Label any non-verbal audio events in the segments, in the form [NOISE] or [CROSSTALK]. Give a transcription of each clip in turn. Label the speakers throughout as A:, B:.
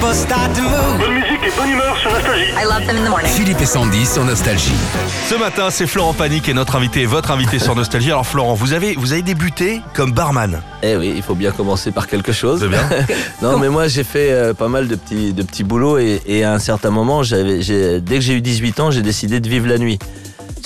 A: Bonne musique et bonne humeur sur Nostalgie.
B: I love them in the morning.
C: Philippe et Sandy sur Nostalgie.
D: Ce matin, c'est Florent Panique et notre invité, votre invité sur Nostalgie. Alors Florent, vous avez, vous avez débuté comme barman.
E: Eh oui, il faut bien commencer par quelque chose.
D: C'est bien.
E: non, mais moi j'ai fait euh, pas mal de petits, de petits boulots et, et à un certain moment, j'avais, j'ai- dès que j'ai eu 18 ans, j'ai décidé de vivre la nuit.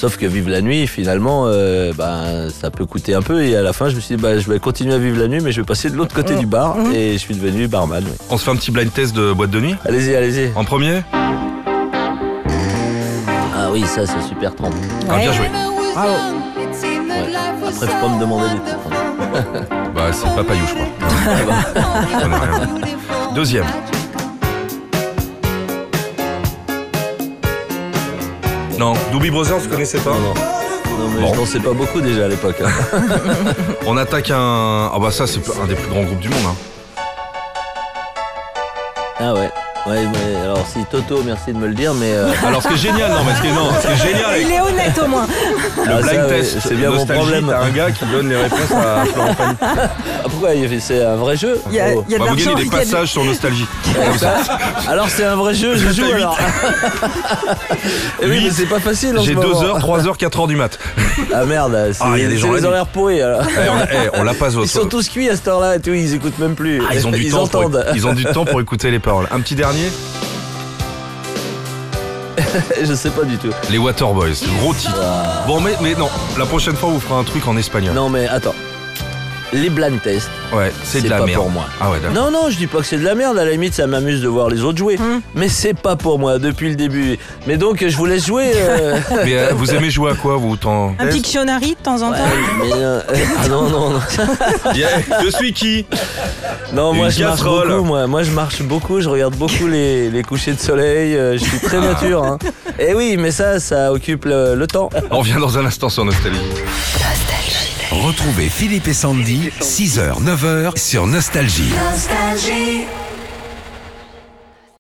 E: Sauf que vivre la nuit, finalement, euh, ben, ça peut coûter un peu. Et à la fin, je me suis dit, bah, je vais continuer à vivre la nuit, mais je vais passer de l'autre
D: Mmh.
E: côté du bar. Et je suis devenu barman. oui.
D: On se fait un petit blind test de boîte de nuit
E: Allez-y, allez-y.
D: en premier
E: Ah oui, ça, c'est super trempe.
D: Ah, Bien joué.
F: Bravo.
E: Après, faut pas me demander des hein. titres.
D: Bah, c'est Papayou, je crois.
E: [LAUGHS]
D: Ça n'a
E: Ah
D: rien. [LAUGHS] Deuxième. Non, Doobie Brothers, vous connaissez pas
E: Non, non. Non, mais
D: Bon.
E: je dansais pas beaucoup déjà à l'époque.
D: [LAUGHS]
E: hein.
D: On attaque un. Ah, bah, ça, c'est un des plus grands groupes du monde. hein.
E: Ah ouais. Ouais, mais alors si Toto, merci de me le dire, mais euh,
D: Alors, ce qui est génial, non, mais ce qui est, non, ce qui est génial avec
F: Il est honnête au moins.
D: [LAUGHS] le
E: Ah,
D: blind
E: ça,
D: test,
E: ouais, c'est bien mon
D: Nostalgie,
E: problème.
D: T'as un gars qui donne les réponses à Florent Pagny.
E: ah, pourquoi il y a- c'est un vrai jeu
F: Il y a, il y a de
D: Bah, vous
F: l'argent.
D: gagnez des
F: il y a du-
D: passages sur Nostalgie.
E: Oh. Alors c'est un vrai jeu, je joue
D: Huit. [LAUGHS]
E: alors. Eh oui,
D: Huit.
E: mais c'est pas facile. en ce
D: J'ai 2
E: moment.
D: heures, 3 heures, 4 heures du mat.
E: Ah merde, c'est
D: Ah, il y a des gens
E: c'est
D: la
E: les
D: nuit.
E: horaires pourris. alors.
D: Eh, on, eh, on la passe au
E: Ils sont tous cuits à cette heure-là et tout, ils écoutent même plus.
D: Ah, ils ont du temps. pour-
E: entendent.
D: ils ont du temps pour écouter les paroles. Un petit dernier.
E: [LAUGHS] je sais pas du tout.
D: Les Waterboys, gros titre. Bon, mais, mais non, la prochaine fois, on vous fera un truc en espagnol.
E: Ah. Non mais attends. Les blind tests,
D: Ouais, c'est
E: c'est
D: de la
E: pas
D: merde.
E: pour moi.
D: Ah ouais, d'accord.
E: Non, non, je dis pas que c'est de la merde. À la limite, ça m'amuse de voir les autres jouer. Mais c'est pas pour moi depuis le début. Mais donc, je vous laisse jouer.
D: [LAUGHS]
E: euh,
D: Mais euh, vous aimez jouer à quoi, vous tant
F: Un Pictionary de temps en temps.
E: mais, euh, [LAUGHS] ah non, non, non.
D: Eh, Je suis qui
E: Non,
D: Une
E: moi je marche
D: casserole.
E: beaucoup, moi. Moi, je marche beaucoup, je regarde beaucoup les, les couchers de soleil, euh, je suis très nature. Hein. Et oui, mais ça, ça occupe le, le temps.
D: On revient dans un instant sur Nostalgie.
C: Retrouvez Philippe et Sandy, 6h, 9h sur Nostalgie.